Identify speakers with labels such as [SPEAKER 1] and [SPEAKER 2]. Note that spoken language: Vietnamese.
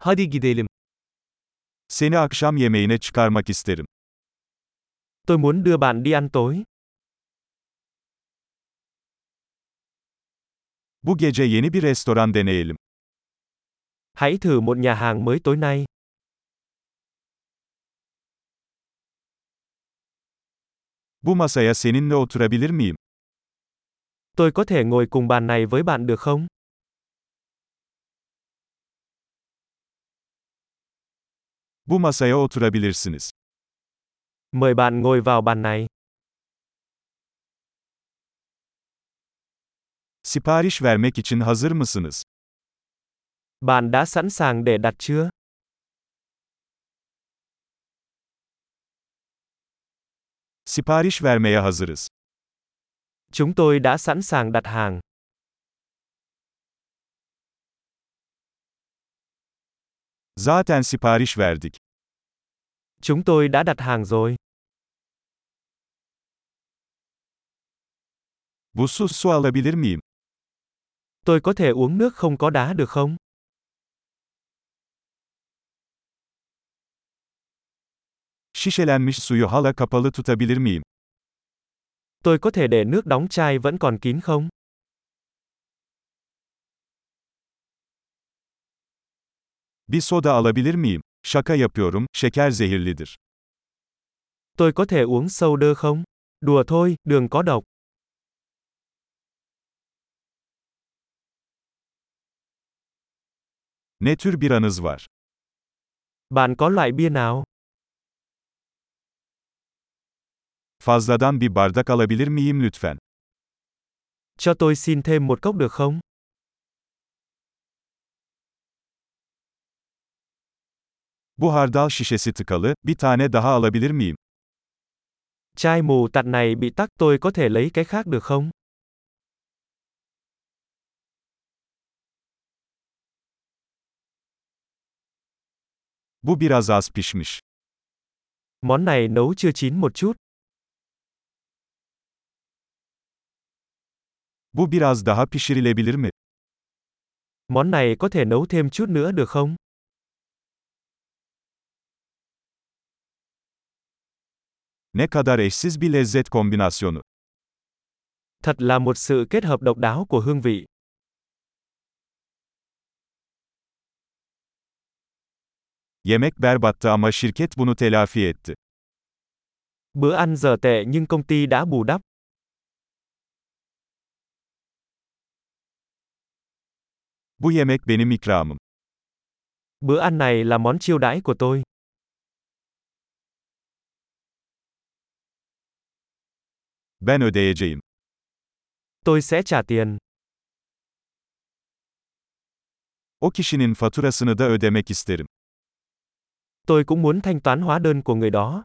[SPEAKER 1] Hadi gidelim.
[SPEAKER 2] Seni akşam yemeğine çıkarmak isterim.
[SPEAKER 1] Tôi muốn đưa bạn đi ăn tối.
[SPEAKER 2] Bu gece yeni bir restoran deneyelim.
[SPEAKER 1] Hãy thử một nhà hàng mới tối nay.
[SPEAKER 2] Bu masaya seninle oturabilir miyim?
[SPEAKER 1] Tôi có thể ngồi cùng bàn này với bạn được không?
[SPEAKER 2] Bu masaya oturabilirsiniz.
[SPEAKER 1] Mời bạn ngồi vào bàn này.
[SPEAKER 2] Sipariş vermek için hazır mısınız?
[SPEAKER 1] Bạn đã sẵn sàng để đặt chưa?
[SPEAKER 2] Sipariş vermeye hazırız.
[SPEAKER 1] Chúng tôi đã sẵn sàng đặt hàng.
[SPEAKER 2] Zaten sipariş verdik.
[SPEAKER 1] Chúng tôi đã đặt hàng rồi.
[SPEAKER 2] Buzsuz su alabilir miyim?
[SPEAKER 1] Tôi có thể uống nước không có đá được không?
[SPEAKER 2] Şişelenmiş suyu hala kapalı tutabilir miyim?
[SPEAKER 1] Tôi có thể để nước đóng chai vẫn còn kín không?
[SPEAKER 2] Bir soda alabilir miyim? Şaka yapıyorum, şeker zehirlidir.
[SPEAKER 1] Tôi có thể uống soda không? Đùa thôi, đường có độc.
[SPEAKER 2] Ne tür bir anız var?
[SPEAKER 1] Bạn có loại bia nào?
[SPEAKER 2] Fazladan bir bardak alabilir miyim lütfen?
[SPEAKER 1] Cho tôi xin thêm một cốc được không?
[SPEAKER 2] Bu hardal şişesi tıkalı, bir tane daha alabilir miyim?
[SPEAKER 1] Chai mù tạt này bị tắc tôi có thể lấy cái khác được không?
[SPEAKER 2] Bu biraz az pişmiş.
[SPEAKER 1] Món này nấu chưa chín một chút.
[SPEAKER 2] Bu biraz daha pişirilebilir mi?
[SPEAKER 1] Món này có thể nấu thêm chút nữa được không?
[SPEAKER 2] Ne kadar eşsiz bir lezzet kombinasyonu.
[SPEAKER 1] Thật là một sự kết hợp độc đáo của hương vị.
[SPEAKER 2] Yemek berbattı ama şirket bunu telafi etti.
[SPEAKER 1] Bữa ăn giờ tệ nhưng công ty đã bù đắp.
[SPEAKER 2] Bu yemek benim ikramım.
[SPEAKER 1] Bữa ăn này là món chiêu đãi của tôi.
[SPEAKER 2] Ben ödeyeceğim.
[SPEAKER 1] Tôi sẽ trả tiền.
[SPEAKER 2] O kişinin faturasını da ödemek isterim.
[SPEAKER 1] Tôi cũng muốn thanh toán hóa đơn của người đó.